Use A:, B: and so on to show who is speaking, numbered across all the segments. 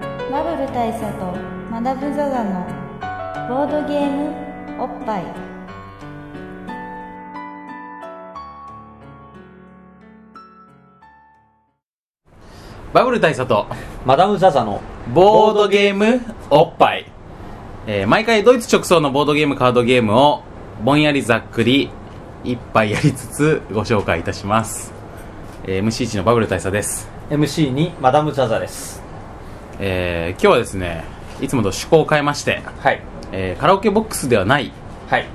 A: 部大佐とマダム・ザ・ザのボードゲームおっぱい
B: バブル大佐と
C: マダム・ザ・ザの
B: ボードゲームおっぱい、えー毎回ドイツ直送のボードゲームカードゲームをぼんやりざっくり一杯やりつつご紹介いたします、えー MC1 のバブル大佐です
C: MC にマダム・ザ・ザです
B: えー今日はですねいつもと趣向を変えまして、
C: はい
B: えーカラオケボックスではない、
C: はい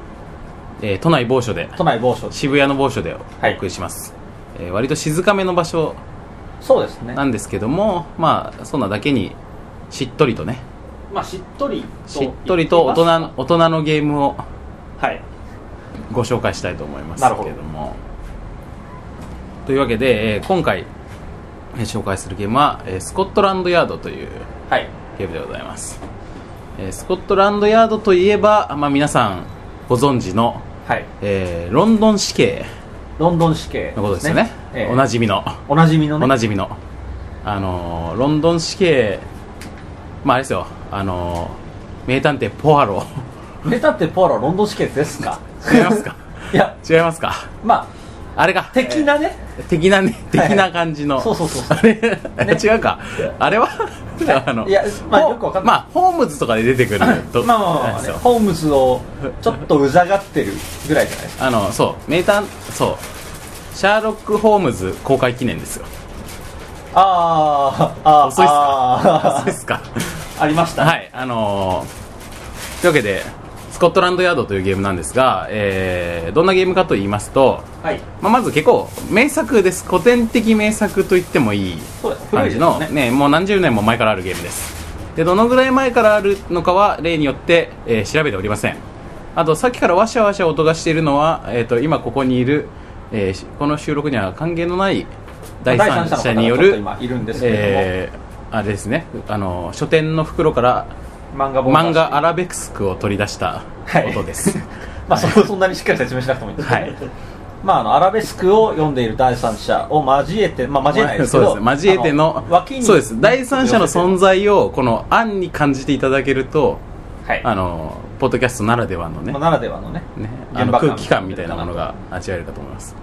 B: えー都内某所で
C: 都内某所
B: 渋谷の某所でお
C: い
B: 送りします、えー割と静かめの場所
C: そうですね
B: なんですけどもまあそんなだけにしっとりとね
C: まあしっとり
B: しっとりと大人の大人のゲームを
C: はい
B: ご紹介したいと思います
C: なるほど
B: けどもというわけで、えー今回、えー紹介するゲームは、えースコットランドヤードという
C: はい
B: ゲームでございます、えースコットランドヤードといえば、まあ、皆さんご存知の、
C: はい
B: えーロンドン死刑
C: ロンドン死刑
B: のことですよね
C: ええ
B: おなじみの
C: おなじみのね
B: おなじみのあのーロンドン死刑まああれですよあのー名探偵ポア ロ
C: メタってポアロロンドン死刑ですか
B: 違いますか
C: いや
B: 違いますか
C: ま
B: あれか
C: あ的なね、
B: 的なね的
C: はい
B: な感じの
C: そうそうそうそう
B: あれ
C: ね
B: 違うかあれはあの
C: いやまあ
B: ほ
C: よくわかんない
B: まあホームズとかで出てくると
C: まあまあまあまあ
B: なん
C: ね、
B: ですよ
C: ホームズ をちょっとうざがってるぐらいじゃないですか
B: あのそう名探そうシャーロック・ホームズ公開記念ですよ
C: あーあー
B: 遅いっす
C: あ
B: そうで
C: ー
B: すか
C: ありました、
B: はいあのーというわけでスコットランドヤードというゲームなんですが、えーどんなゲームかと言いますと、
C: はい、
B: まあ、まず結構名作です古典的名作と言ってもいい
C: そうです古
B: 感
C: いで
B: じ
C: す
B: の
C: ね
B: ねもう何十年も前からあるゲームですでどのぐらい前からあるのかは例によって、えー調べておりませんあとさっきからわしゃわしゃ音がしているのは、えー、と今ここにいる、えーしこの収録には関係のない第三者によ
C: 第
B: る
C: 三者の方がちょっと今いるんですけれども、
B: えーあれですねあの書店の袋から
C: 漫画本
B: 漫画アラベクスクを取り出した音です、
C: まあ、そこそんなにしっかり説明しなくてもいいんですけど、
B: はい
C: まあ、あのアラベスクを読んでいる第三者を交えて、まあ、 交えないです
B: そ
C: け
B: うで
C: ど
B: す交えて
C: あ
B: の
C: 脇に
B: そうです第三者の存在をこの案に感じていただけると
C: はい
B: あのポッドキャストならではのね
C: まあ、ならではのね
B: ねあ
C: 現
B: の
C: 場
B: 空気感みたいなものが味わえるかと思います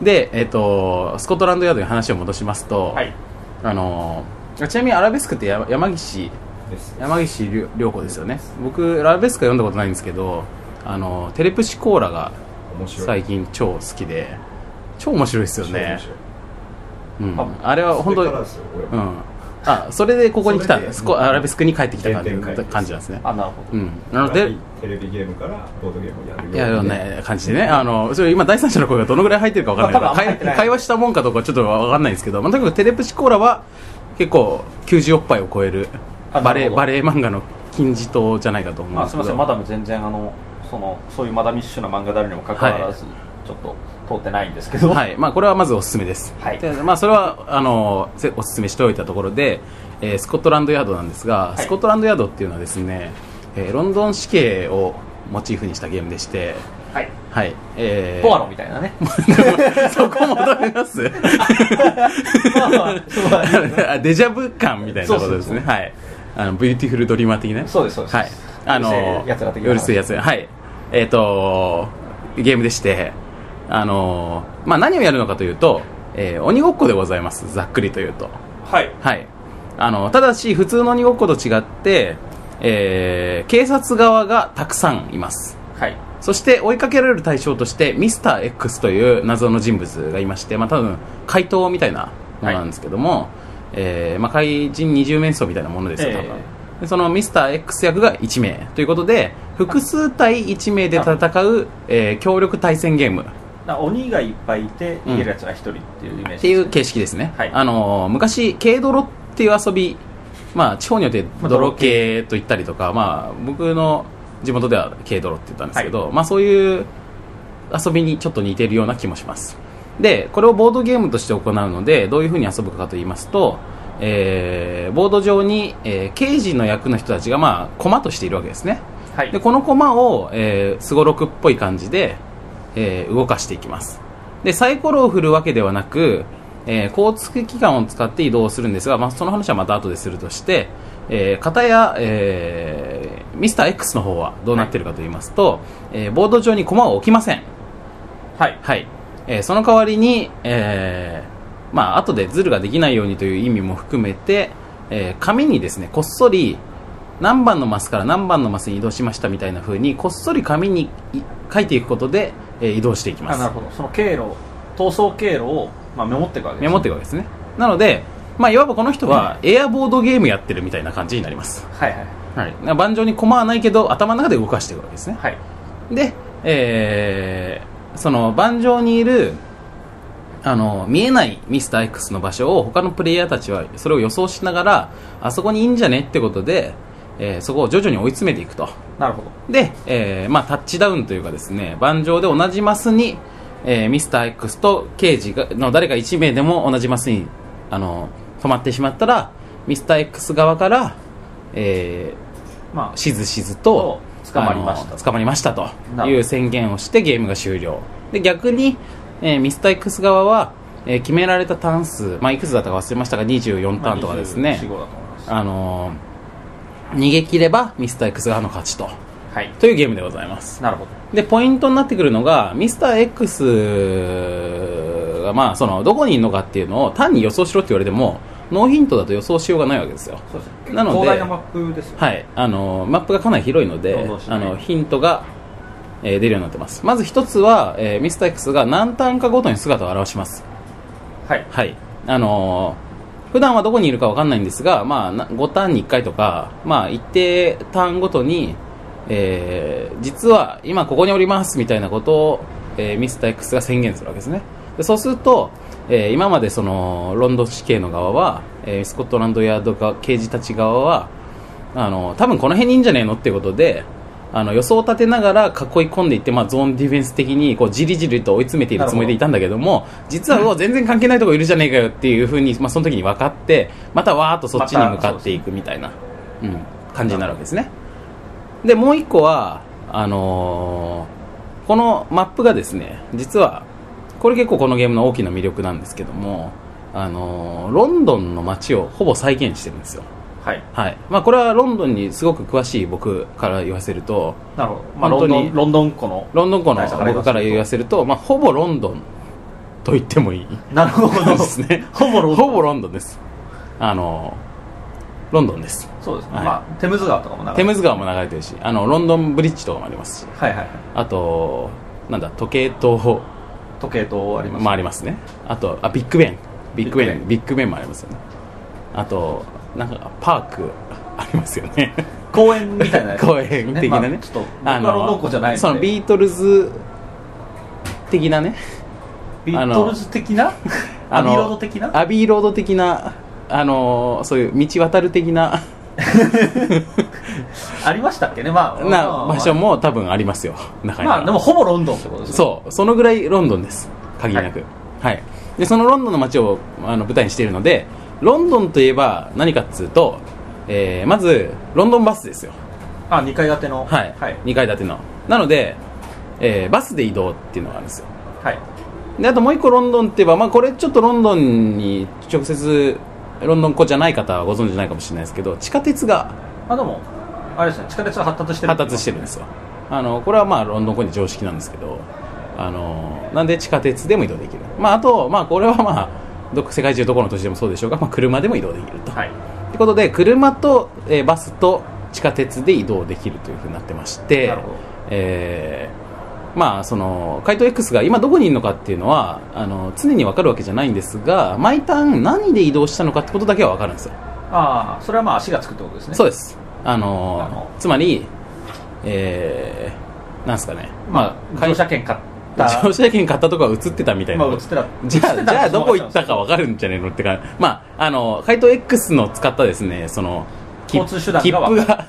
B: で、えっとスコットランドヤードに話を戻しますと、
C: はい
B: あのちなみにアラベスクってや山岸
C: です
B: 山岸涼涼子ですよね僕アラベスクは読んだことないんですけどあのテレプシコーラが
D: 面白い
B: 最近超好きで超面白いですよね、うん
C: あ、
B: あれは本当にう
D: に
B: ん、あそれでここに来たんです
D: それで
B: こアラベスクに帰ってきた感じ
D: 原点回帰
B: 感じなんですね
C: あなるほど
B: うんなので
D: テレビゲームからボードゲームをやるように
B: いやよね感じでねあのそれ今第三者の声がどのぐらい入ってるか分からない
C: まあ多分あんま入
B: か
C: ってな
B: ら
C: い
B: 会会話したもんかどうかちょっと分かんないんですけど、まあ、とにかくテレプシコーラは結構90おっぱいを超える
C: あ
B: バレ
C: な
B: ー
C: るほど
B: バレー漫画の金字塔じゃないかと思うん
C: まあ、
B: ですす
C: み
B: け
C: ま
B: ど
C: せんマダム全然あのそのそういうマダミッシュな漫画であるにもかかわらず、ちょっと通ってないんですけど、
B: はいまあ、これはまずおすすめです、
C: はい
B: でまあ、それはあのせおすすめしておいたところで、えースコットランドヤードなんですが、
C: い
B: スコットランドヤードっていうのはですね、えーロンドン死刑をモチーフにしたゲームでして、
C: はい
B: はいえー
C: ポアロみたいなね
B: そこ戻ります
C: まあまあそうだね
B: あデジャブ感みたいなことですね
C: そうそうそう
B: はいあのビューティフルドリーマー的な
C: そうですそうです
B: はいあの
C: うるせえ奴ら的な
B: うるせえやつらはいえっ、とゲームでしてあのまあ何をやるのかというと、えー鬼ごっこでございますざっくりというと
C: はい
B: はいあのただし普通の鬼ごっこと違って、えー警察側がたくさんいます
C: はい
B: そして追いかけられる対象としてミスター X という謎の人物がいまして、まあ、多分怪盗みたいなものなんですけども、えーまあ、怪人二重面相みたいなものですよ多分、
C: え
B: でそのミスター X 役が1名ということで複数対1名で戦う、えー協力対戦ゲーム
C: な鬼がいっぱいいて
B: うん
C: 逃げるやつら一人っていうイメージですね、
B: っていう形式ですね、
C: はい
B: あのー昔軽泥っていう遊びまあ地方によって
C: まあ泥
B: 泥系
C: 系
B: と言ったりとかまあ僕の地元では軽泥って言ったんですけど、まあそういう遊びにちょっと似てるような気もしますでこれをボードゲームとして行うのでどういうふうに遊ぶかと言いますと、えーボード上に、えー刑事の役の人たちがまあ駒としているわけですね
C: はい
B: でこの駒をえーすごろくっぽい感じで、えー動かしていきますでサイコロを振るわけではなく、えー交通機関を使って移動するんですが、まあ、その話はまた後でするとして、えー、片や、えー、ミスター X の方はどうなってるかと言いますと、えーボード上に駒を置きません。
C: はい
B: はい。えーその代わりに、えーまあ、後でズルができないようにという意味も含めて、えー紙にですね、こっそり、何番のマスから何番のマスに移動しましたみたいな風に、こっそり紙にい書いていくことで、えー移動していきま
C: あ
B: す
C: なる。ほどその経路逃走経路を、まあ、メモっていくわけで
B: メ
C: す
B: モっていくわけですね。なので、まあ、いわばこの人は、エアボードゲームやってるみたいな感じになります。
C: はいはい
B: はい。盤上に駒はないけど、頭の中で動かしていくわけですね。
C: はい
B: で、えーその盤上にいるあの見えないミスター X の場所を他のプレイヤーたちはそれを予想しながらあそこにいいんじゃねってことで、えーそこを徐々に追い詰めていくと
C: なるほど
B: で、えーまあ、タッチダウンというかですね盤上で同じマスに、えーミスター X と刑事がの誰か1名でも同じマスにあの止まってしまったらミスター X 側から、えー
C: ま
B: しずしずと
C: 捕まりました
B: あの捕まりましたと
C: なる
B: い
C: ほ
B: う
C: ど
B: 宣言をしてゲームが終了で逆に、えーミスター X 側は、えー決められたターン数、まあ、いくつだったか忘れましたが
C: あ
B: 24ターンとかですね
C: 4、号だと思います
B: あのー逃げ切ればミスター X 側の勝ちと
C: はい
B: というゲームでございます
C: なるほど
B: でポイントになってくるのがミスター X が、まあ、そのどこにいるのかっていうのを単に予想しろって言われてもノーヒントだと予想しようがないわけですよ
C: そうですね
B: なので
C: 広大なマップですよね
B: はい、あのマップがかなり広いので、
C: どんどんしな
B: あ
C: い
B: のヒントが、えー出るようになってますまず一つは、えーミスター X が何ターンかごとに姿を現します
C: はい
B: はいあのー普段はどこにいるかわかんないんですが、まあ、な5ターンに1回とか、まあ、一定ターンごとに、えー実は今ここにおりますみたいなことを、えーミスター X が宣言するわけですねでそうすると、えー今までそのロンドン市警の側は、えースコットランドヤードが刑事たち側はあの多分この辺にいいんじゃねえのっていうことであの予想を立てながら囲い込んでいって、まあ、ゾーンディフェンス的にこうじりじりと追い詰めているつもりでいたんだけども実はうわ全然関係ないとこいるじゃねえかよっていうふうに、まあ、その時に分かってまたわーっとそっちに向かっていくみたいな、うん、感じになるわけですねでもう一個はあのーこのマップがですね実はこれ結構このゲームの大きな魅力なんですけども、あのーロンドンの街をほぼ再現してるんですよ
C: はい
B: はいまあ、これはロンドンにすごく詳しい僕から言わせると
C: なるほど、まあ、
B: 本
C: ロ
B: 当
C: ン
B: に
C: ドンロンドン湖の
B: ロンドン校の
C: 大した話
B: 僕から言わせると、まあ、ほぼロンドンと言ってもいい
C: なるほ
B: 感
C: ど
B: じですね
C: ほぼロンドン
B: ほぼロンドンですあのロンドンです
C: そうですね、
B: はい
C: まあテムズ川とかも流れ
B: テムズ川も流れてるしあのロンドンブリッジとかもありますし
C: はいはいはい
B: あとなんだ時計塔
C: 時計塔あります、
B: もありますねあとあビッグベンビッグベンビ
C: ビ
B: ッグベンもありますよねあとなんかパークありますよね
C: 公園みたいなやつ
B: 公園的なね、
C: まあちょっと僕はロンドン湖じゃないので
B: そのビートルズ的なね
C: ビートルズ的なア
B: あ
C: ビ
B: の
C: ーロード的な
B: アビーロード的なあのーそういう道渡る的な
C: ありましたっけねまあま
B: な
C: あ
B: 場所も多分ありますよ中には
C: まあでもほぼロンドンってことですね
B: そうそのぐらいロンドンです限りなくはい、でそのロンドンの街をあの舞台にしているのでロンドンといえば何かっつうと、えーまずロンドンバスですよ
C: あ2階建ての
B: はい、
C: はい、
B: 2階建てのなので、えーバスで移動っていうのがあるんですよ
C: はい
B: であともう一個ロンドンって言えば、まあ、これちょっとロンドンに直接ロンドン子じゃない方はご存知ないかもしれないですけど地下鉄が
C: あでもあれですね地下鉄は発達してる
B: 発達してるんですよあのこれはまあロンドン子に常識なんですけどあのなんで地下鉄でも移動できる、まあ、あと、まあ、これはまあどこ世界中どこの都市でもそうでしょうが、まあ、車でも移動できると、
C: はい
B: ってことで車と、えーバスと地下鉄で移動できるというふうになってまして
C: なるほど
B: えーまあその怪盗 X が今どこにいるのかっていうのはあの常に分かるわけじゃないんですが毎ターン何で移動したのかってことだけは分かるんですよ、
C: ああそれはまあ足がつくってことですね
B: そう
C: う
B: ですあの
C: あの
B: つまりえー、なんですかね
C: まあ
B: かい
C: 乗車券買った
B: 乗車券買ったとこは映ってたみたいな
C: まあ
B: こ
C: 映
B: と、
C: ってた
B: じゃ
C: 映って
B: あ、
C: た
B: じゃあどこ行ったか分かるんじゃねえのってか、まあ、あの、怪盗 X の使ったですね、その、き
C: 交通手段が分かる
B: 切符が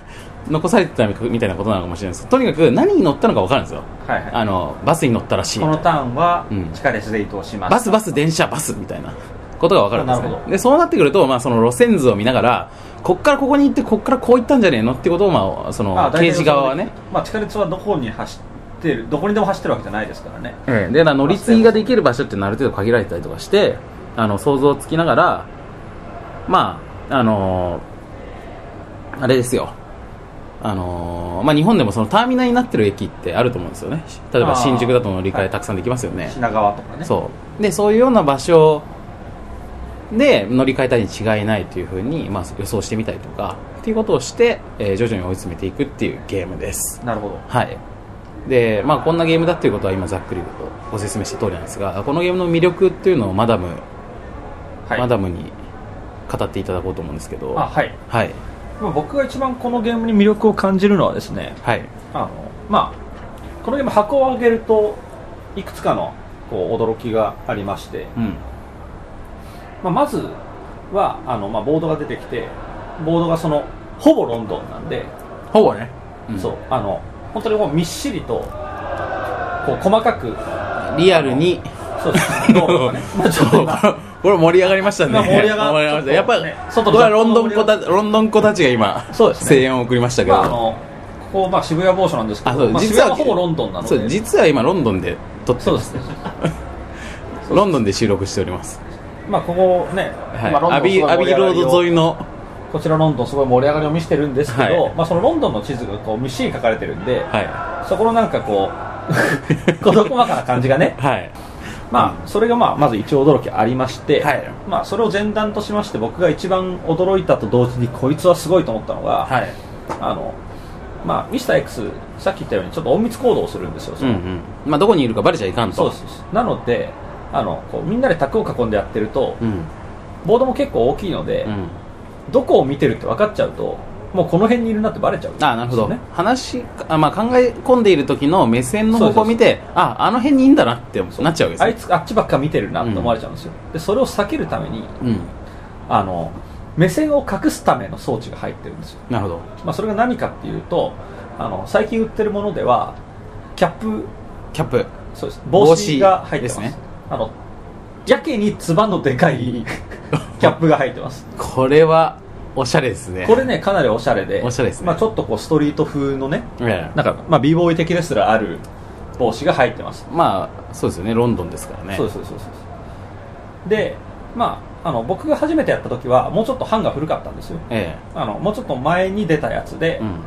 B: 残されてたみたいなことなのかもしれないです。とにかく、何に乗ったのか分かるんですよ。
C: はいはい
B: あの、バスに乗ったらしい。
C: このターンは
B: うん
C: 地下鉄で移動します
B: バス、バス、電車、バスみたいなことが分かるんです
C: なる
B: ね
C: ほ。ど
B: で、そうなってくると、まあ、その路線図を見ながら、こっからここに行って、こっからこう行ったんじゃねえのってことを、まあ、そ
C: あ
B: の
C: あ、大
B: 刑
C: 体
B: 事側はね。
C: まあ、地下鉄はどこに走ってるどこにでも走ってるわけじゃないですからね
B: ええでだから乗り継ぎができる場所ってある程度限られてたりとかしてあの想像つきながらまああのーあれですよあのーまあ、日本でもそのターミナルになってる駅ってあると思うんですよね例えば
C: あー
B: 新宿だと乗り換
C: は
B: え
C: い
B: たくさんできますよね、
C: 品川とかね
B: そうでそういうような場所で乗り換えたに違いないというふうに、まあ、予想してみたりとかっていうことをして、えー徐々に追い詰めていくっていうゲームです
C: なるほど
B: はいでまあ、こんなゲームだっていうことは今ざっくりご説明した通りなんですがこのゲームの魅力っていうのをマダム、
C: はい
B: マダムに語っていただこうと思うんですけど
C: あはい
B: はい
C: まあ僕が一番このゲームに魅力を感じるのはですね
B: はい
C: あのまあこのゲーム箱を開けるといくつかのこう驚きがありまして、
B: うん
C: まあ、まずはあの、まあ、ボードが出てきてボードがそのほぼロンドンなんで、
B: ほぼね、ん
C: そうあの本当にもうみっしりとこう細かく
B: リアルに
C: そう です道 路がねまあちょっと今
B: これこれ盛り上がりましたね
C: まあ盛り上が
B: 盛り上がりましたやっぱり、
C: ね
B: こ
C: 外
B: れはロンドン子たロンドン子たちが今
C: そうですね
B: 声援を送りましたけ
C: ま
B: ど、
C: あ、あのここ、まあ、渋谷某所なんですけ
B: あそ
C: ど、
B: う
C: まあ、渋
B: 実は
C: 谷はほぼロンドンなの
B: そう
C: で
B: 実は今ロンドンで撮って
C: そうですね、
B: ロンドンで収録しております、
C: まあ、ここね、
B: はい
C: まあ、ロンド
B: ア
C: ンす
B: ビ
C: ごい
B: アビ
C: 盛り
B: ー
C: 上
B: ロ
C: がり
B: ー
C: を
B: ド沿いの
C: こちらロンドンすごい盛り上がりを見せてるんですけど、
B: はい
C: まあ、そのロンドンの地図がこうみっしり書かれてるんで、
B: は
C: そこのなんかこう 事細かな感じがね
B: い、はい
C: まあ、それがまあまず一応驚きありまして、
B: はい
C: まあ、それを前段としまして僕が一番驚いたと同時にこいつはすごいと思ったのが、
B: はい
C: あのまあ、ミスター X さっき言ったようにちょっと隠密行動をするんですよ、
B: うんうんまあどこにいるかバレちゃいかんと
C: そうですそうですなのであのこうみんなで卓を囲んでやってると
B: うん
C: ボードも結構大きいので、
B: うん
C: どこを見てるって分かっちゃうともうこの辺にいるなってバレちゃうんですよ
B: あ
C: ね、
B: なるほど、話あ、まあ、考え込んでいる時の目線の方向を見てああの辺にいいんだなってなっちゃうわけです
C: あ
B: ね
C: いつあっちばっか見てるなって思われちゃうんですよ、でそれを避けるために
B: うん
C: あの目線を隠すための装置が入ってるんですよ、
B: なるほど
C: まあ、それが何かっていうとあの最近売ってるものではキャップ
B: キャップ
C: そうです
B: 帽
C: 帽
B: 子
C: 子が入ってます
B: ですね
C: あのやけにつばのでかい キャップが入ってます
B: これはおしゃれですね
C: これねかなりおしゃれで
B: おしゃれですね
C: まあ、ちょっとこうストリート風のね
B: ええ
C: なんか、まあ、b ボーイ的ですらある帽子が入ってます
B: まあそうですよねロンドンですからね
C: そうですそうですそうですでまああの僕が初めてやった時はもうちょっと版が古かったんですよ
B: え
C: あのもうちょっと前に出たやつで、
B: えうん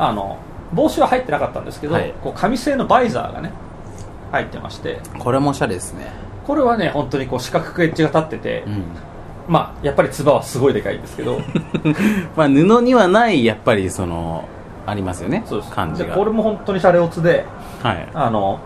C: あの帽子は入ってなかったんですけど、
B: はい
C: こう紙製のバイザーがね入ってまして
B: これもおしゃれですね
C: これはね本当にこう四角くエッジが立ってて、
B: うん
C: まあやっぱりつばはすごいでかいんですけ ど
B: まあ布にはないやっぱりそのありますよね
C: そうです
B: 感じ
C: で
B: が
C: これも本当にシャレオツで
B: はい
C: あの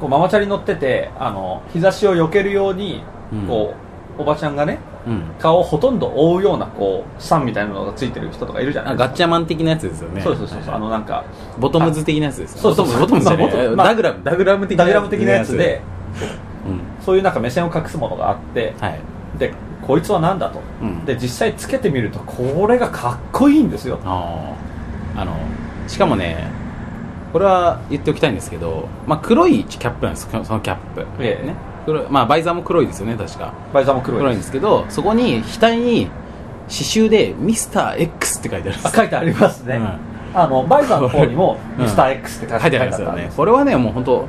C: こうママチャリ乗っててあの日差しを避けるように、
B: うん
C: こうおばちゃんがね
B: うん
C: 顔をほとんど覆うようなこう傘みたいなのがついてる人とかいるじゃない
B: あ
C: ですか
B: ガッチャマン的なやつですよね
C: そうそうそうそう
B: は
C: あ
B: い
C: のなんか
B: ボトムズ的なやつですよね
C: そうそうそう
B: ボトムズボトムズじゃねえ
C: まあ
B: ダグラムダグラム的な
C: ダイラム的なやつで
B: うん
C: そういうなんか目線を隠すものがあって
B: はい
C: でこいつは何だと、
B: うん
C: で実際つけてみるとこれがかっこいいんですよ
B: あーあのしかもねこれは言っておきたいんですけど、まあ、黒いキャップなんですそのそのキャップ、
C: ええ
B: ね黒いまあ、バイザーも黒いですよね確か
C: バイザーも黒い
B: 黒いんですけどそこに額に刺繍で「ミスター x って書いてあるんで
C: あ
B: す
C: 書いてありますね、
B: うん
C: あのバイザーの方にも「
B: うん
C: Mr.X」って書
B: 書いて
C: いて
B: あり
C: あり
B: ま
C: ますす
B: よ
C: よ
B: ね
C: ね
B: これはねもう本当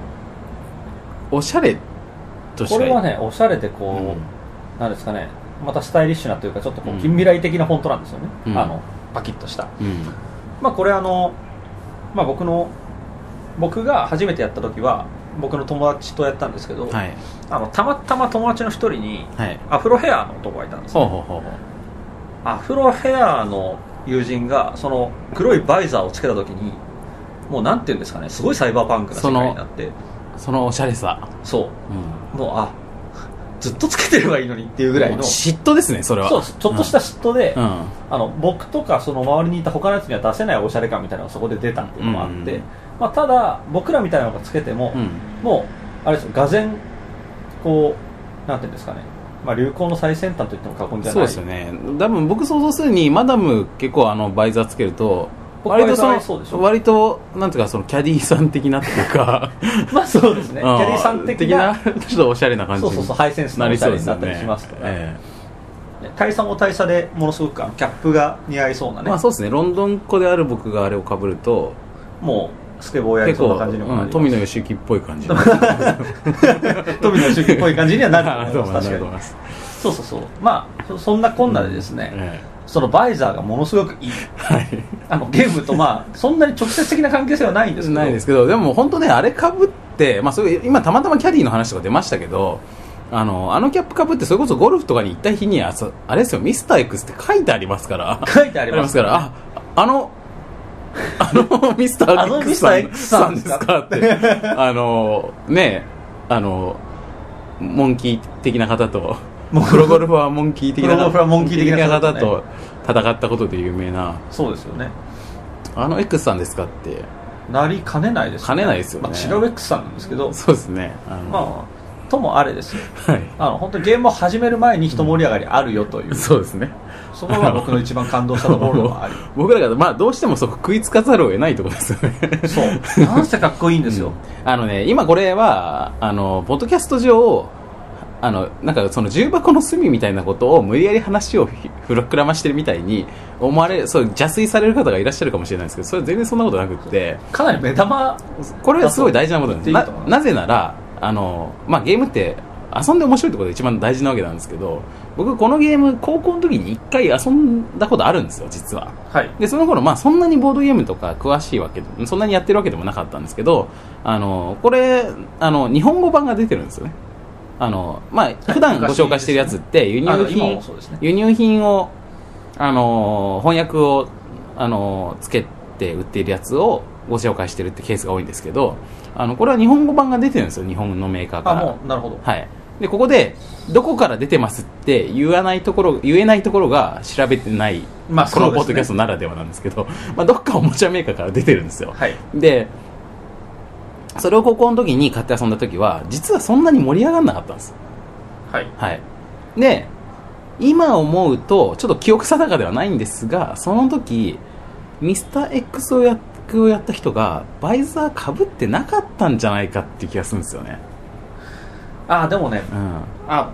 B: おしゃれとしか
C: これはねおしゃれでこう、
B: うん
C: なんですかねまたスタイリッシュなというかちょっとこ
B: う
C: うん近未来的なフォントなんですよね、
B: うん
C: あのパキッとした
B: うん
C: まあこれあの、まあ、僕の僕が初めてやった時は僕の友達とやったんですけど、
B: はい
C: あのたまたま友達の一人に
B: はい
C: アフロヘアの男がいたんですよ
B: ほうほうほうほう
C: アフロヘアの友人がその黒いバイザーをつけた時にもうなんて言うんですかねすごいサイバーパンクな世界になって
B: そのおしゃれさ、
C: そ
B: うん、
C: うもうあずっとつけてればいいのにっていうぐらいのそう
B: 嫉妬ですねそれは
C: ちょっとした嫉妬で、
B: うん、うん
C: あの僕とかその周りにいた他のやつには出せないおしゃれ感みたいなのがそこで出たっていうのもあって、
B: うんうんうん
C: まあ、ただ僕らみたいなのがつけても、
B: うん
C: もうあれですよがぜんこうなんていうんですかね、まあ、流行の最先端といっても過言じゃ
B: そう
C: ない
B: ですよね多分僕想像するにマダム結構あのバイザーつけると
C: 僕
B: 割とそ
C: バイザーそうでしょ
B: の割となんていうかそのキャディーさん的なっていうか
C: まあそうです
B: キ
C: ねキャリーさん的 な
B: ちょっとおしゃれな感じ
C: そう
B: に
C: そうそうハイセンスの
B: な
C: お
B: り
C: しゃ
B: そうで
C: れに
B: す
C: な
B: よ
C: ったり
B: ね
C: しますとか、
B: え
C: 大差も大差でものすごくあのキャップが似合いそうな
B: え
C: ね、
B: まあそうですねロンドンっ子である僕があれをかぶると
C: もうスケボーやり
B: 結
C: そう
B: 構、
C: な感じにもな
B: う
C: り
B: ん、
C: ます
B: 富野義行っぽい感じ
C: 富野主義っぽい感じにはなると思います
B: なると思い
C: 確か
B: ま
C: に
B: す
C: そうそうそうまあそそんなこんなでですね、
B: え
C: そのバイザーがものすごくいい
B: はい
C: あのゲームとまあそんなに直接的な関係性はないんですけど
B: ないですけどでも本当ねあれかぶって、まあ、そういう今たまたまキャディの話とか出ましたけどあのあのキャップかぶってそれこそゴルフとかに行った日にはそあれですよミスター X って書いてありますから
C: 書いてあ
B: あり
C: りま
B: ますすから、あ、あの、あのミスタ
C: あの
B: ー X さん
C: X さんですか
B: さんですかって、あの、ねえ、あの、モンキー的な方と、プロゴルファーモンキー的な
C: プロゴルファーモンキー的な方
B: 方
C: とね
B: と戦ったことで有名な、
C: そうですよね
B: あの X さんですかって、
C: なりかねないです
B: かねないですよね
C: まあ、白ベックスさんなんですけど
B: そうですね。あの
C: まあともあれですよ
B: はい。
C: あの本当にゲームを始める前に一盛り上がりあるよという、
B: そうですね。
C: そこが僕の一番感動したところでもあり
B: 僕らが、まあ、どうしてもそこ食いつかざるを得ないところですよね。
C: そうなんせかっこいいんですよ、
B: あのね、今これは、あの、ポッドキャスト上、あの、なんかその重箱の隅みたいなことを無理やり話をひふらくらましてるみたいに思われ、そう、邪推される方がいらっしゃるかもしれないんですけど、それ全然そんなことなくって、
C: かなり目玉
B: これはすごい大事なことなんです。
C: だ
B: な
C: と思う
B: なぜなら、あの、まあ、ゲームって遊んで面白いってことが一番大事なわけなんですけど、僕このゲーム高校の時に一回遊んだことあるんですよ、実は。
C: はい
B: でその頃まあそんなにボードゲームとか詳しいわけでそんなにやってるわけでもなかったんですけどあのこれあの日本語版が出てるんですよねあのまあ普段ご紹介してるやつって輸
C: あの
B: 入
C: 今
B: 品
C: もそうですね
B: 輸入品をあの翻訳をあのつけて売っているやつをご紹介してるってケースが多いんですけどあのこれは日本語版が出てるんですよ日本のメーカーか
C: あ
B: ら
C: もうなるほど
B: はい、でここでどこから出てますって言わないところ言えないところが調べてない、
C: まあ
B: この
C: そうですね
B: ポッドキャストならではなんですけど、 まあ、どっかおもちゃメーカーから出てるんですよ
C: はい
B: でそれを高校の時に買って遊んだ時は実はそんなに盛り上がんなかったんです
C: はい
B: はいで今思うとちょっと記憶定かではないんですがその時ミスター x をやをやった人がバイザーかぶってなかったんじゃないかっていう気がするんですよね、
C: あでもね
B: うん、
C: あ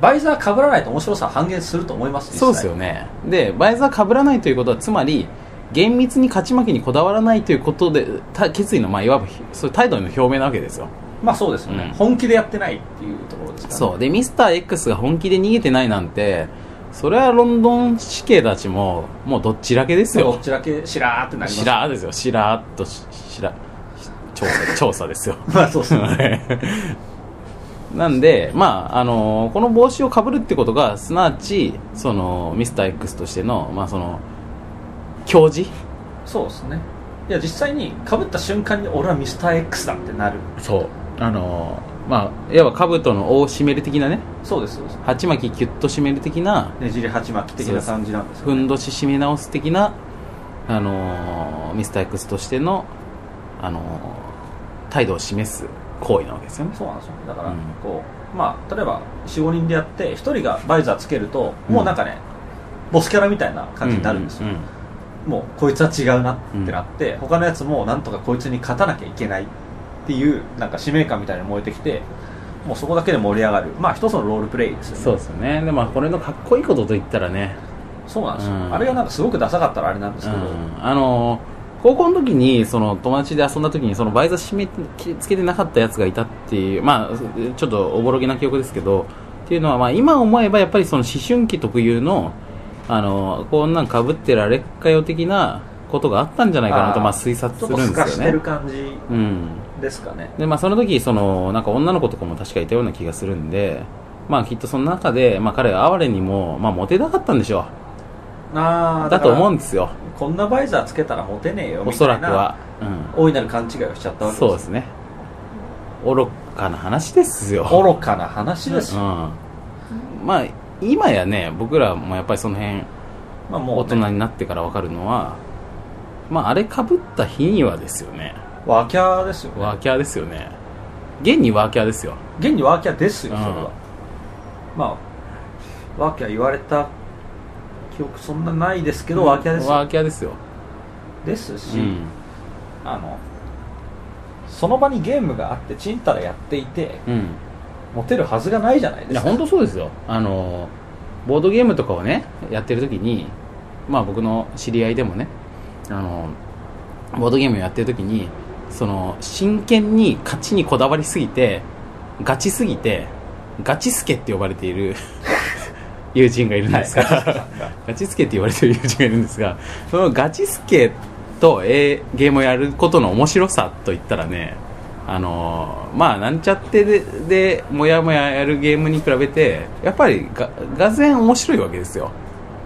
C: バイザーかぶらないと面白さは半減すると思います実際
B: そうですよねでバイザー被らないということはつまり厳密に勝ち負けにこだわらないということでた決意のまあいわばそういう態度の表明なわけですよ
C: まあそうですよね、
B: うん
C: 本気でやってないっていうところですから、ね、
B: そうでミスター x が本気で逃げてないなんてそれはロンドン死刑たちももうどっちらけです
C: どっ
B: よ
C: ちだけしらーってなります
B: しらーですよしらーっとししら調査調査ですよ
C: まあそうですね
B: なんで、まああのこの帽子をかぶるってことがすなわちそのミスター x としての,、まあ、その教示
C: そうですねいや実際にかぶった瞬間に俺はミスター x だってなる
B: そうあのーまあいわば兜の尾を締める的なね
C: そうですそうです
B: 鉢巻きキュッと締める的な
C: ねじり鉢巻き的な感じなんですよ
B: ふんどし締め直す的なあのーミスター X としてのあのー態度を示す行為なわけですよね
C: そうなんですよねだから、
B: うん
C: こうまあ例えば45人でやって1人がバイザーつけると、もうなんかねボスキャラみたいな感じになるんですよ、
B: うう
C: もうこいつは違うなってなって、他のやつもなんとかこいつに勝たなきゃいけないっていうなんか使命感みたいなの燃えてきてもうそこだけで盛り上がるまあ一つのロールプレイですよね
B: そうですよねでまあこれのかっこいいことといったらね、
C: そうなんですよ、
B: うん
C: あれがなんかすごくダサかったらあれなんで
B: う
C: すけど、
B: ん、あのー高校の時にその友達で遊んだ時にそのバイザー締めきつけてなかったやつがいたっていうまあちょっとおぼろげな記憶ですけどっていうのはまあ今思えばやっぱりその思春期特有のあのこんなんかぶってられっかよ的なことがあったんじゃないかなと
C: あー
B: まあ推
C: ちょ
B: 察
C: っ
B: する
C: と
B: ん
C: す
B: で
C: か
B: す
C: し
B: よ
C: てる
B: ね。
C: 感じ
B: うん
C: ですかね
B: でまあ、その時そのなんか女の子とかも確かいたような気がするんで、まあ、きっとその中で、まあ、彼は哀れにも、まあ、モテたかったんでしょ
C: あ
B: う
C: あ
B: だと思うんですよ
C: こんなバイザーつけたらモテねえよ
B: お
C: み
B: そ
C: た
B: ら
C: い
B: く
C: な
B: は、うん、
C: 大いなる勘違いをしちゃったわけです
B: そうですね愚かな話ですよ
C: 愚かな話です
B: う
C: よ、
B: ん、まあ今やね僕らもやっぱりその辺
C: まあも
B: 大
C: う、
B: 人
C: ね、
B: になってから分かるのは、まああれかぶった日にはですよね
C: ワーキャーですよ、
B: ワ
C: ね
B: ー、キャーですよね現にワーキャーですよ
C: 現にワーキャーですよ
B: う
C: そ
B: ん
C: れは、まあワーキャー言われた記憶そんなないですけど、ワーキャーですよ
B: ワーキャーですよ、
C: ですし、
B: うん、
C: あのその場にゲームがあってチンタラやっていて
B: うん、
C: モテるはずがないじゃない
B: い
C: で
B: や
C: すか
B: 本当そうですよあのボードゲームとかをねやってる時にまあ僕の知り合いでもねあのボードゲームをやってる時にその真剣に勝ちにこだわりすぎてガチすぎてガチスケって呼ばれている友人がいるんですが、 ガチスケって言われてる友人がいるんですがそのガチスケと、えーゲームをやることの面白さといったらねあのーまあなんちゃってででもやもややるゲームに比べてやっぱりががぜん面白いわけですよ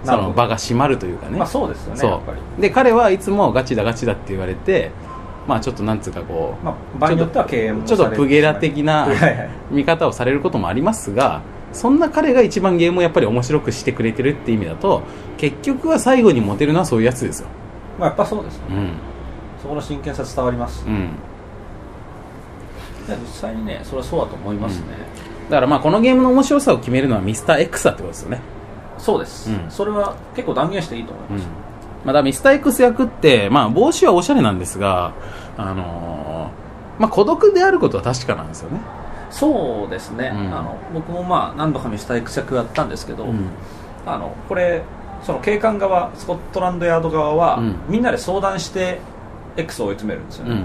B: そ
C: なるほ
B: の
C: ど
B: 場が閉まるというかね、
C: まあそうですよね
B: そう
C: やっぱり、
B: で彼はいつもガチだガチだって言われてまあちょっとなんつうかこう、
C: まあ、場合によっては敬遠も
B: ちょっと
C: されて
B: プゲラ的な
C: はいはい
B: 見方をされることもありますがそんな彼が一番ゲームをやっぱり面白くしてくれてるって意味だと結局は最後にモテるのはそういうやつですよ
C: まあ、やっぱそうですね
B: うん
C: そこの真剣さ伝わりますし、
B: うん
C: いや実際にねそれはそうだと思いますね、
B: だからまあこのゲームの面白さを決めるのはミスター x だってことですよね
C: そうです、
B: うん
C: それは結構断言していいと思います、
B: まあだからミスター X 役って、まあ、帽子はおしゃれなんですが、あのーまあ、孤独であることは確かなんですよね、
C: そうですね、
B: うん
C: あの僕もまあ何度かミスター X 役やったんですけど、あのこれその警官側スコットランドヤード側は、
B: うん
C: みんなで相談して X を追い詰めるんですよ
B: うんう
C: ね、
B: ん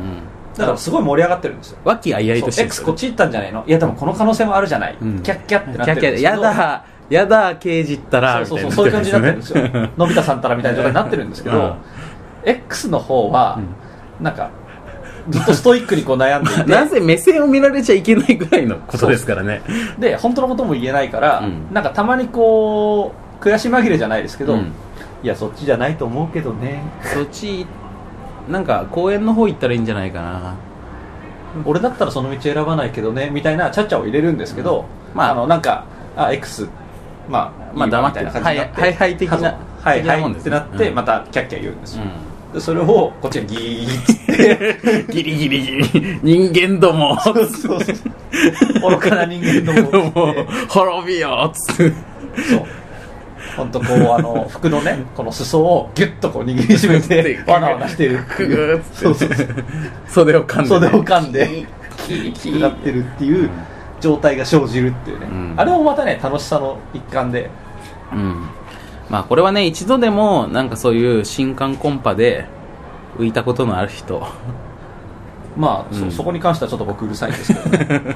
C: だからすごい盛り上がってるんですよ
B: 和気あいあいとし
C: そ
B: て
C: う
B: る
C: X こっち行ったんじゃないのいやでもこの可能性もあるじゃない、
B: うん
C: キャッキャってなっ
B: キャッキ
C: てるんです
B: ャ
C: けど
B: やだやだ刑事ったら
C: そうそうそう
B: み
C: そうい
B: た
C: う感
B: な
C: じになってるんです よのび太さんったらみたいな状態になってるんですけど、
B: うん
C: X の方は、なんかずっとストイックにこう悩 んでいて
B: なぜ目線を見られちゃいけないぐらいのことですからね
C: で本当のことも言えないから、
B: うん
C: なんかたまにこう悔し紛れじゃないですけど、
B: うん
C: いやそっちじゃないと思うけどね
B: そっちなんか公園の方行ったらいいんじゃないかな
C: 俺だったらその道選ばないけどねみたいなちゃっちゃを入れるんですけど、
B: まあ
C: あのなんかあ X まあ、
B: まあ
C: いいわ
B: 黙って
C: みたいな感じになって
B: はいはいはい的な
C: そうはい
B: 的なも
C: は
B: ん
C: いっ
B: です
C: て
B: ね
C: なって、
B: うん
C: またキャッキャ言うんですよ、
B: う
C: でそれをこ っちがギーッて
B: んギリギリギリ人間ども
C: そうそうそう愚かな人間ども
B: も
C: をして
B: う滅びよっつって
C: そう本当こうあの服のねこの裾をギュッとこう握りし めてわなわなしてるって
B: く
C: いう
B: ーっ
C: そう
B: つ
C: そ
B: っ
C: うそう
B: て袖を噛んで
C: 袖
B: ね
C: を噛んでキーキーなってるっていう状態が生じるっていうね、
B: うん
C: あれもまたね楽しさの一環で
B: うんまあこれはね一度でもなんかそういう新刊コンパで浮いたことのある人
C: まあ、そ
B: うん
C: そこに関してはちょっと僕うるさいんですけど ね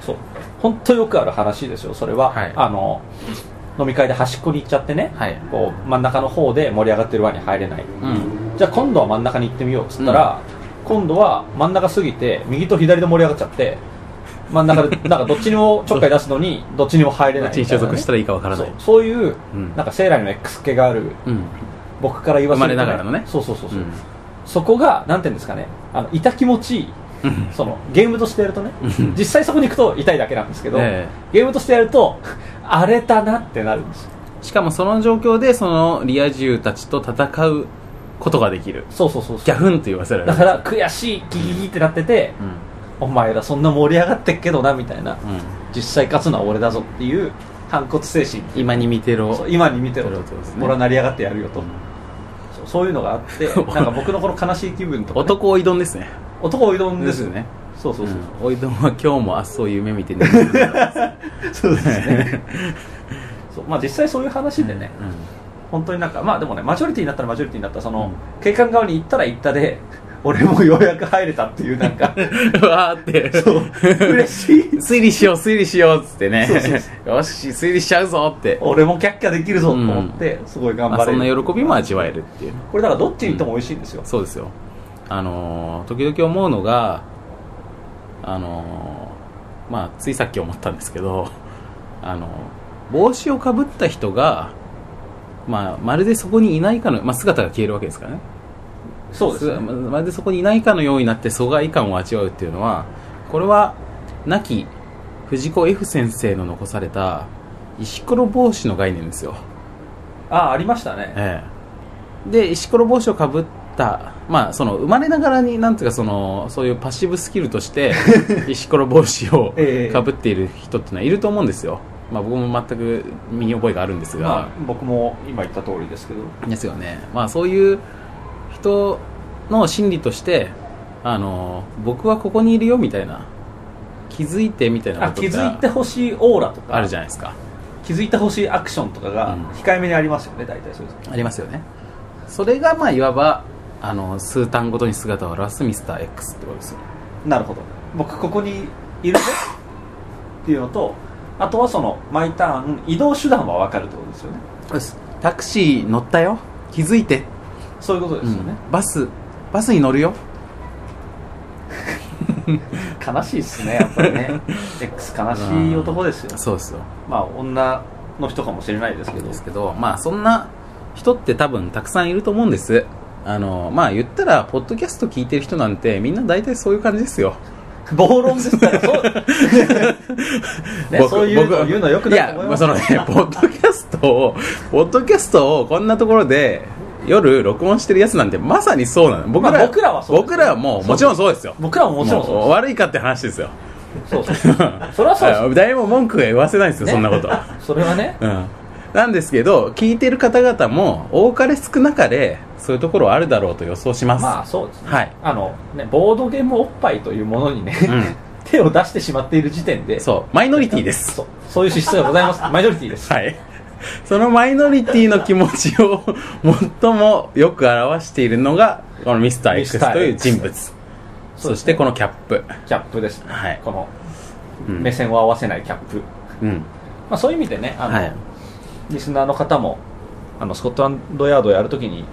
C: そう本当よくある話ですよそれは、
B: はい
C: あの飲み会で端っこに行っちゃってね、
B: はい
C: こう真ん中の方で盛り上がってる輪に入れない、
B: うん
C: じゃあ今度は真ん中に行ってみようっつったら、今度は真ん中過ぎて右と左で盛り上がっちゃって真ん中でなんかどっちにもちょっかい出すのにどっちにも入れ
B: ど
C: ない
B: っ
C: み
B: ちに所
C: たいなね
B: 属したらいいかわからな
C: そ
B: いう
C: そういう、
B: うん
C: なんか生来の X 系がある
B: うん
C: 僕から言わせると
B: 生まれながらのね
C: そうそうそうそう、
B: うん
C: そこがなんていうんですかねあのいた気持ちいい
B: うん
C: そのゲームとしてやるとね
B: うん
C: 実際そこに行くと痛いだけなんですけど、
B: え
C: ゲームとしてやると荒れたなってなるんですよ
B: えしかもその状況でそのリア充たちと戦うことができる
C: そうそうそうそう
B: ギャフンと言わせられ
C: だ
B: る
C: から悔しいギリギリってなってて、
B: うん
C: お前らそんな盛り上がってっけどなみたいな、
B: うん
C: 実際勝つのは俺だぞっていう反骨精神
B: 今に見てろ
C: そう今に見てろと
B: そうですね
C: 俺は成り上がってやるよと、
B: うん
C: そうそういうのが あってなんか僕のこの悲しい気分とか、ね、
B: 男おいどんですね
C: 男おいどんですよね
B: ね
C: そうそうそう、
B: うんおいどんは今日も明日を夢見て寝てる
C: そうですねそうまあ実際そういう話でね、
B: うん
C: 本当になんかまあでもねマジョリティになったらマジョリティになったその、
B: う
C: 警官側に行ったら行ったで俺もようやく入れたっていうなん か
B: わーって
C: そう嬉しい
B: 推理しよう推理しようっつってね
C: そうそう
B: よし推理しちゃうぞって
C: 俺もキャッキャできるぞと思って、すごい頑
B: まあ、
C: 張
B: そ
C: れ
B: ん
C: る、
B: な喜びも味わえるっていう
C: これだからどっちに行っても美味しいんですよ、
B: そうですよあのー時々思うのがあのーまあついさっき思ったんですけど あのー帽子をかぶった人がまあ、まるでそこにいないかの、まあ、姿が消えるわけですからね
C: そうです
B: す
C: ね
B: ままるでそこにいないかのようになって疎外感を味わうっていうのはこれは亡き藤子 F 先生の残された石ころ帽子の概念ですよ
C: ああありましたね
B: ええ、で石ころ帽子をかぶった、まあ、その生まれながらになんていうかそのそういうパッシブスキルとして 石ころ帽子を
C: ええ
B: かぶっている人ってのはいると思うんですよ、まあ、僕も全く身に覚えがあるんですが、
C: まあ僕も今言った通りですけど
B: ですよね、まあ、そういう人の心理としてあの僕はここにいるよみたいな気づいてみたいな
C: あ
B: こと
C: 気づいてほしいオーラとか
B: あるじゃないですか
C: 気づいてほしいアクションとかが
B: うん
C: 控えめにありますよね大体そうです
B: ありますよねそれがまあいわばあの数単ごとに姿を現すミスター x ってことですよ
C: なるほど僕ここにいるぞっていうのとあとはその毎ターン移動手段は分かるってことですよね
B: ですタクシー乗ったよ気づいて、
C: そういうことですよ
B: う
C: ね、
B: んバスバスに乗るよ
C: 悲しいですねやっぱり ね X 悲しい男ですよ
B: そうですよ
C: まあ女の人かもしれないですけど
B: ですけどまあそんな人って多分たくさんいると思うんですあのまあ言ったらポッドキャスト聞いてる人なんてみんな大体そういう感じですよ
C: 暴論ですから そうねそういうの言うのよくないと思います
B: やまあそのねポッドキャストをポッドキャストをこんなところで夜録音してるやつなんてまさにそうなの僕ら,、
C: まあ僕らはそうです
B: 僕らはもうもちろんそうですよ
C: 僕らももちろん
B: もう
C: そ
B: 悪いかって話ですよ
C: うですそうそう そうそれはそうです
B: はい誰も文句は言わせないですよ、
C: ね
B: そんなこと
C: それはね
B: うんなんですけど聞いてる方々も多かれ少なかれそういうところはあるだろうと予想します、
C: まあそうですね
B: はい、
C: あのねボードゲームおっぱいというものにね、
B: う
C: 手を出してしまっている時点でう
B: そうマイノリティです
C: そうそういう資質がござい ますマジョリティです
B: はい。そのマイノリティの気持ちを最もよく表しているのが、このミスター X という人物。そしてこのキャップ。
C: キャップですね、
B: はい
C: この
B: うん
C: 目線を合わせないキャップ、
B: うん。
C: まあ、そういう意味でねあの、
B: はい。
C: リスナーの方もあのスコットランドヤードをやるときに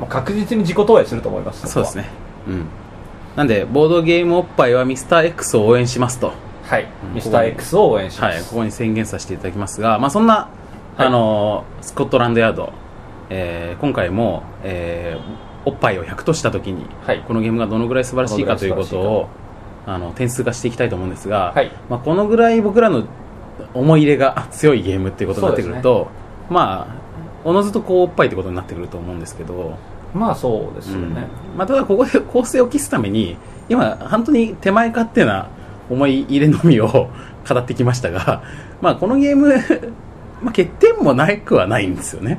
C: もう確実に自己投影すると思います
B: そうです
C: ね
B: ね。うん。なんで、ボードゲームおっぱいはミスター X を応援しますと。
C: はい、
B: ん
C: ミスター X を応援しま
B: はい。
C: す、
B: ここに宣言させていただきますが、まあそんな、
C: はい
B: あのースコットランドヤード、えー今回も、えーおっぱいを100としたときに、
C: はい
B: このゲームがどのぐらい素晴らしいかということ
C: どのぐらい
B: を、あの、点数化していきたいと思うんですが、
C: はい
B: まあ、このぐらい僕らの思い入れが 強いゲームっていうことになってくると、まあおのずとこうおっぱいってことになってくると思うんですけど、
C: まあそうですよ
B: うん
C: ね、
B: まあ、ただここで構成を期すために今本当に手前勝手な思い入れのみを語ってきましたが、 まあ、このゲーム まあ欠点もなくはないんですよね、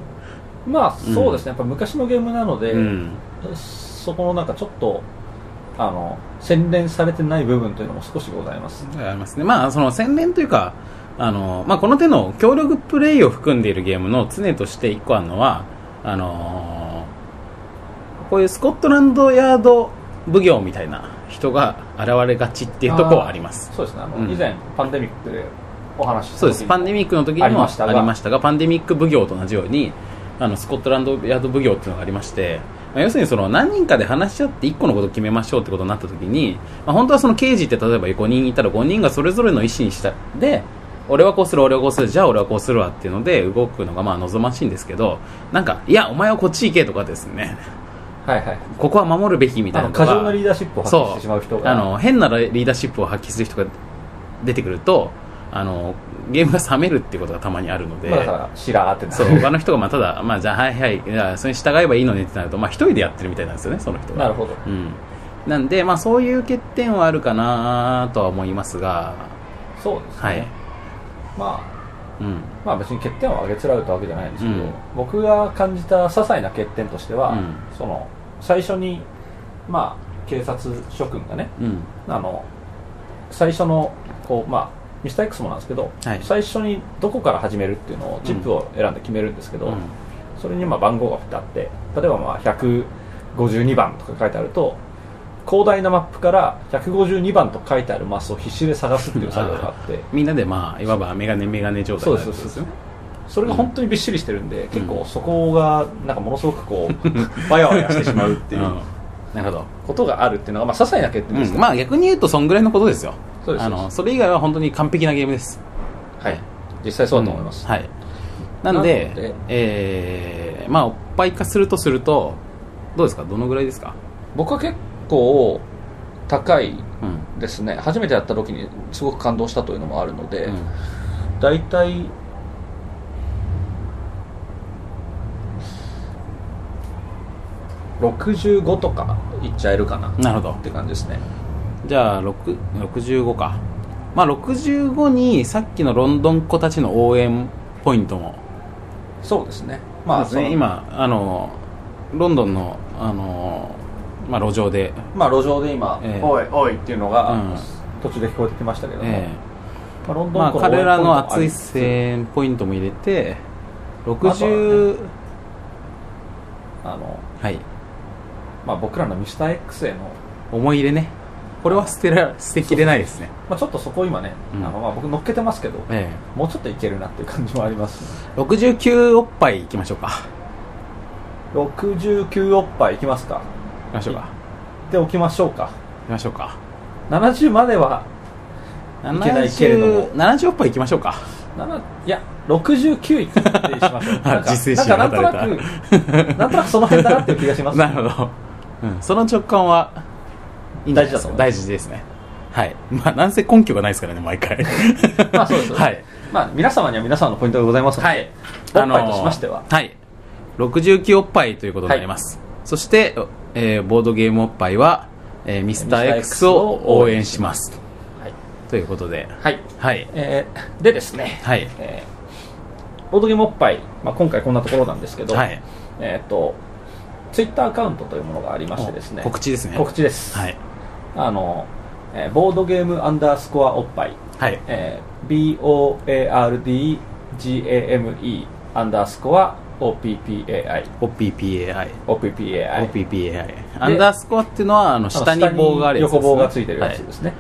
C: まあそうですね、やっぱ昔のゲームなので、
B: うん、
C: そこのなんかちょっとあの洗練されてない部分というのも少しございます
B: ありますね。まあ、その洗練というか、あの、まあ、この手の協力プレイを含んでいるゲームの常として一個あるのは、あのーこういうスコットランドヤード奉行みたいな人が現れがちっていうとこはあります。
C: そうですねあの、
B: うん
C: 以前パンデミックでお話しした
B: そうです。パンデ
C: ッ
B: ミックの時にも
C: ありましたが
B: ありましたが、パンデミック奉行と同じように、あの、スコットランドヤード奉行っていうのがありまして、まあ要するにその何人かで話し合って1個のことを決めましょうってことになった時に、まあ、本当はその刑事って例えば5人いたら5人がそれぞれの意思にしたで、俺はこうする、俺はこうする、じゃあ俺はこうするわっていうので動くのがまあ望ましいんですけど、なんか、いや、お前はこっち行けとかですね、
C: クはいはい
B: ここは守るべきみた
C: あ
B: いな
C: の
B: のが
C: 過剰なリーダーシップを発揮してしまう人が
B: あの変なリーダーシップを発揮する人が出てくるとあのゲームが冷めるっていうことがたまにあるので、
C: まあだからしらーってな
B: そう他の人がまあただ、まあ、じゃあはいはいいやそれに従えばいいのねってなると、まあ、一人でやってるみたいなんですよねその人が
C: なるほど
B: うん、なんで、まあ、そういう欠点はあるかなとは思いますが
C: そうですね、
B: はい、
C: ま
B: うん
C: あまあ別に欠点を挙げつらうたわけじゃないんですけど、
B: うん
C: 僕が感じた些細な欠点としては、
B: うん
C: その最初にまあ警察諸君がね
B: うん
C: あの最初のこう、まあ、ミスター X もなんですけど、
B: はい
C: 最初にどこから始めるっていうのをチップを選んで決めるんですけど、
B: うん
C: それにまあ番号が振ってあって例えばまあ152番とか書いてあると広大なマップから152番と書いてあるマスを必死で探すっていう作業があ って
B: みんなで、まあ、いわばメガネメガネ状態
C: そう
B: に
C: で
B: なる
C: す
B: ん
C: そうです
B: よ
C: それが本当にびっしりしてるんで、結構そこがなんかものすごくこ うわやわやしてしまうっ てい
B: うん
C: う
B: なるほど
C: ことがあるっていうのがまあ些細な欠点です
B: う
C: ね、
B: ん、まあ逆に言うとそんぐらいのことですよ
C: そうです
B: あ
C: そう
B: の
C: で
B: それ以外は本当に完璧なゲームです
C: はい、実際そうだと思います、
B: はいなんで
C: なので
B: えーまあおっぱい化するとするとどうですかどのぐらいですか
C: 僕は結構高い
B: うん、
C: ですね初めてやった時にすごく感動したというのもあるので、
B: うん
C: 大体65とかいっちゃえるかなっ
B: なるほど
C: て感じですね
B: じゃあ6 65かまあ65にさっきのロンドンっ子たちの応援ポイントも
C: そうですね
B: ま
C: ま
B: あ
C: あその
B: 今あのロンドンのあの、まあ、路上で、
C: まあ路上で今
B: ええ
C: おいおい」っていうのが、
B: うん
C: 途中で聞こえてきましたけども、
B: え
C: まあ、ロン
B: ー
C: ドン
B: まあ、
C: 校応援
B: 彼らの熱い
C: ポイントもありつつ
B: 声援ポイントも入れて
C: あとは
B: 60
C: あの、
B: はい
C: まあ、僕らのミスター X への
B: 思い入れねこれは捨てら捨てきれないですね
C: まあ、ちょっとそこ今ね、
B: うん
C: あのまあ僕乗っけてますけど、
B: え
C: もうちょっといけるなっていう感じもありますし、
B: え69おっぱいいきましょうか
C: 69おっぱいいきますか
B: いきましょうか
C: でおきましょうか
B: いきましょうか
C: 70までは
B: 70
C: いけないけれども
B: 70おっぱいいきましょうか
C: 7いや69いくってし ましょうなんか
B: 自制
C: な
B: 心
C: んかな
B: が
C: んとなくなんとなくその辺だなっていう気が します
B: なるほど、うん、その直感はいいんじゃないですか
C: 大事だと思います
B: 大事ですねはいまあなんせ根拠がないですからね毎回
C: まあそうですよね
B: はい
C: まあ皆様には皆様のポイントがございますので、
B: はい
C: おっぱいとしましては、
B: はい69おっぱいということになります、そして、えーボードゲームおっぱいは、えー、ミスター X を応援します
C: はい
B: ということで
C: はい
B: はい
C: えーでですね、
B: はい
C: えーボードゲームおっぱい、まあ、今回こんなところなんですけど、
B: はい
C: えっ、とツイッターアカウントというものがありましてですね
B: 告知ですね
C: 告知です、
B: はい
C: あの、えーボードゲームアンダースコアおっぱい、
B: はい
C: えー BOARDGAME アンダースコア OPPAI
B: OPPAI
C: OPPAI
B: OPPAI アンダースコアっていうのはあの下に棒があるやつですね
C: 横棒がついてるやつですね、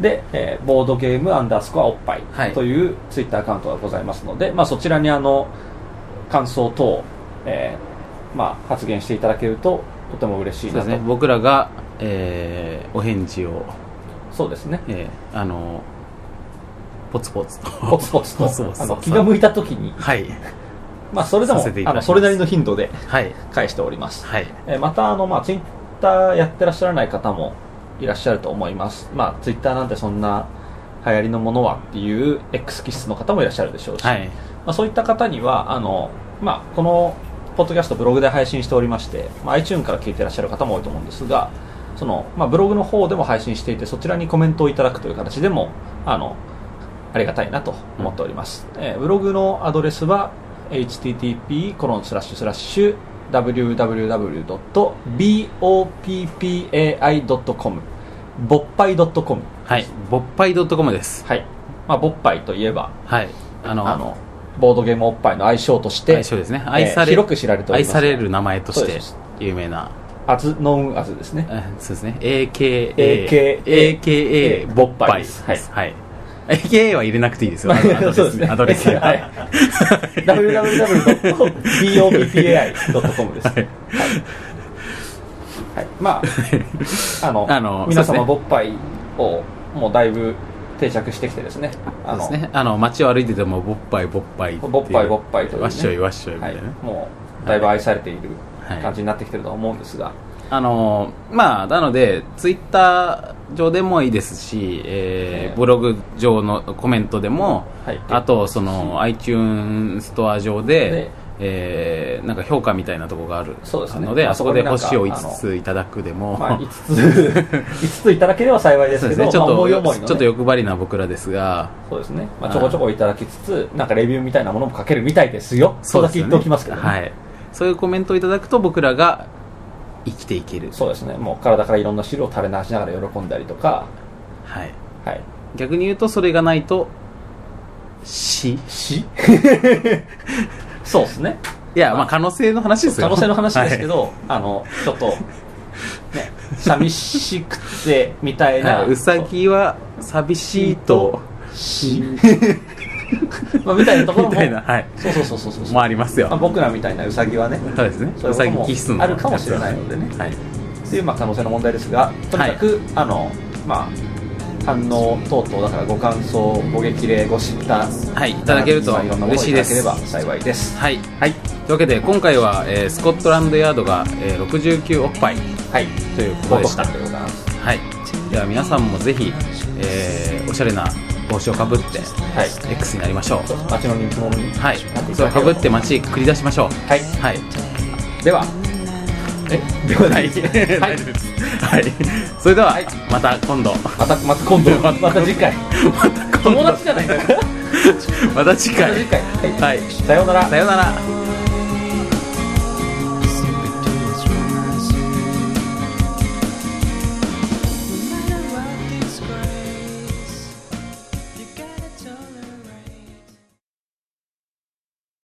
C: で、えーボードゲームアンダースコアおっぱい
B: はい
C: というツイッターアカウントがございますので、まあ、そちらにあの感想等、えーまあ、発言していただけるととても嬉しい
B: そうで
C: な
B: す
C: と
B: ね僕らが、えーお返事を、
C: そうですね
B: えーあのポツポツと
C: ポツポツ と
B: ポツポツと
C: あの気が向いた時に、
B: はい
C: まあ、それでも
B: させていた
C: あ
B: だきま
C: の
B: す
C: それなりの頻度で
B: はい
C: 返しております、
B: はい
C: えーまたあの、まあ、ツイッターやってらっしゃらない方もいらっしゃると思います、まあ、ツイッターなんてそんな流行りのものはっていう X 気質の方もいらっしゃるでしょうし、
B: はい
C: まあ、そういった方にはあの、まあ、このポッドキャストブログで配信しておりまして、まあ、iTune から聞いてらっしゃる方も多いと思うんですがその、まあ、ブログの方でも配信していてそちらにコメントをいただくという形でもあのありがたいなと思っております、えーブログのアドレスは http コロンスラッシュスラッシュ www.boppai.com ぼっぱい .com
B: はいぼっぱい .com です
C: はい、まあ、ぼっぱいといえば
B: はいあの
C: あのボードゲームおっぱいの愛称として
B: 愛称ですね愛され、
C: えー広く知られており
B: 愛
C: ます
B: される名前とし
C: そう
B: て
C: です
B: 有名な
C: アズノンアズですね
B: えそうですね AKA
C: AKA
B: AKA ぼっぱい
C: はい
B: はい、AKA は入れなくていいですよ
C: そうですね
B: アドレスに
C: はい www.boppai.com です
B: は
C: はいい、はいまああの
B: あの
C: 皆様、
B: そうですね
C: ぼっぱいをもうだいぶ定着してきてですねあ
B: そうです
C: の
B: ね、あの街を歩いててもぼっぱいぼっぱいていう
C: ぼっぱいぼっぱいというね
B: わっしょいわっしょいみ
C: は
B: たい
C: い
B: な、、
C: もうだいぶ愛されている
B: はい
C: 感じになってきてると思うんですが、
B: あのまあなのでツイッター上でもいいですし、えー
C: えー
B: ブログ上のコメントでも、
C: はい
B: あとその iTunes ストア上で
C: で
B: えーなんか評価みたいなとこがある
C: そうですね
B: のであそこで
C: あそこ
B: 星を
C: になん
B: 5
C: か
B: ついただくでも、
C: まあ、5 つ5ついただければ幸いで
B: そ
C: す
B: うで
C: け
B: すね
C: ど、
B: ちょっ
C: まあ
B: と、
C: 思い思いのね
B: ちょっと欲張りな僕らですが
C: そうですね、まあ、ちょこちょこいただきつつなんかレビューみたいなものも書けるみたいですよそうだけ言っておきますけど、ね
B: はい、そういうコメントをいただくと僕らが生きていける、
C: そうですねもう体からいろんな汁を垂れ流しながら喜んだりとか
B: はい、
C: はい
B: 逆に言うとそれがないと死
C: し そうですね
B: いや、
C: まあ
B: まあ、可能性の話ですよ
C: 可能性の話ですけ
B: はい
C: ど、あのちょっとね寂しくてみたいな、
B: はい、うさぎは寂しいと
C: し まあみたいなところ
B: み
C: も
B: たいな、はい、
C: そうそうそうそうそう、
B: もありますよ、
C: まあ、僕らみたいなウサギはね
B: そうですね
C: そう
B: う
C: い
B: さ
C: う
B: ぎ
C: ことも
B: 気質の
C: あるかもしれないのでね
B: はい、
C: っていうまあ可能性の問題ですがとにかく、あのまあ反応等々だからご感想ご激励ご知った
B: はい、いただけると
C: いろんなものを
B: 嬉しいで
C: ただ
B: す
C: ければ幸いです
B: はい、はい、というわけで今回は、えースコットランドヤードが、えー69おっぱい
C: はい
B: ということ
C: 報
B: でし
C: 告
B: た
C: 会でございます
B: はい、では皆さんもぜひ、えーおしゃれな帽子をかぶって、
C: はい
B: X になりましょう
C: 街の人気者に
B: はい
C: なってい
B: それ
C: ただ
B: を
C: け
B: か
C: れ
B: ぶ
C: ば
B: って街へ繰り出しましょう
C: はい
B: はい
C: ではえではな
B: 大
C: いはい
B: 丈夫ですはいそれでは、
C: はい
B: また今度
C: またまた今度
B: ま
C: ま
B: た
C: た次 回
B: また今
C: 友
B: 度
C: 達じゃないかま
B: また次
C: た
B: 回
C: 次回はい
B: はい
C: さようなら
B: さようなら
E: 「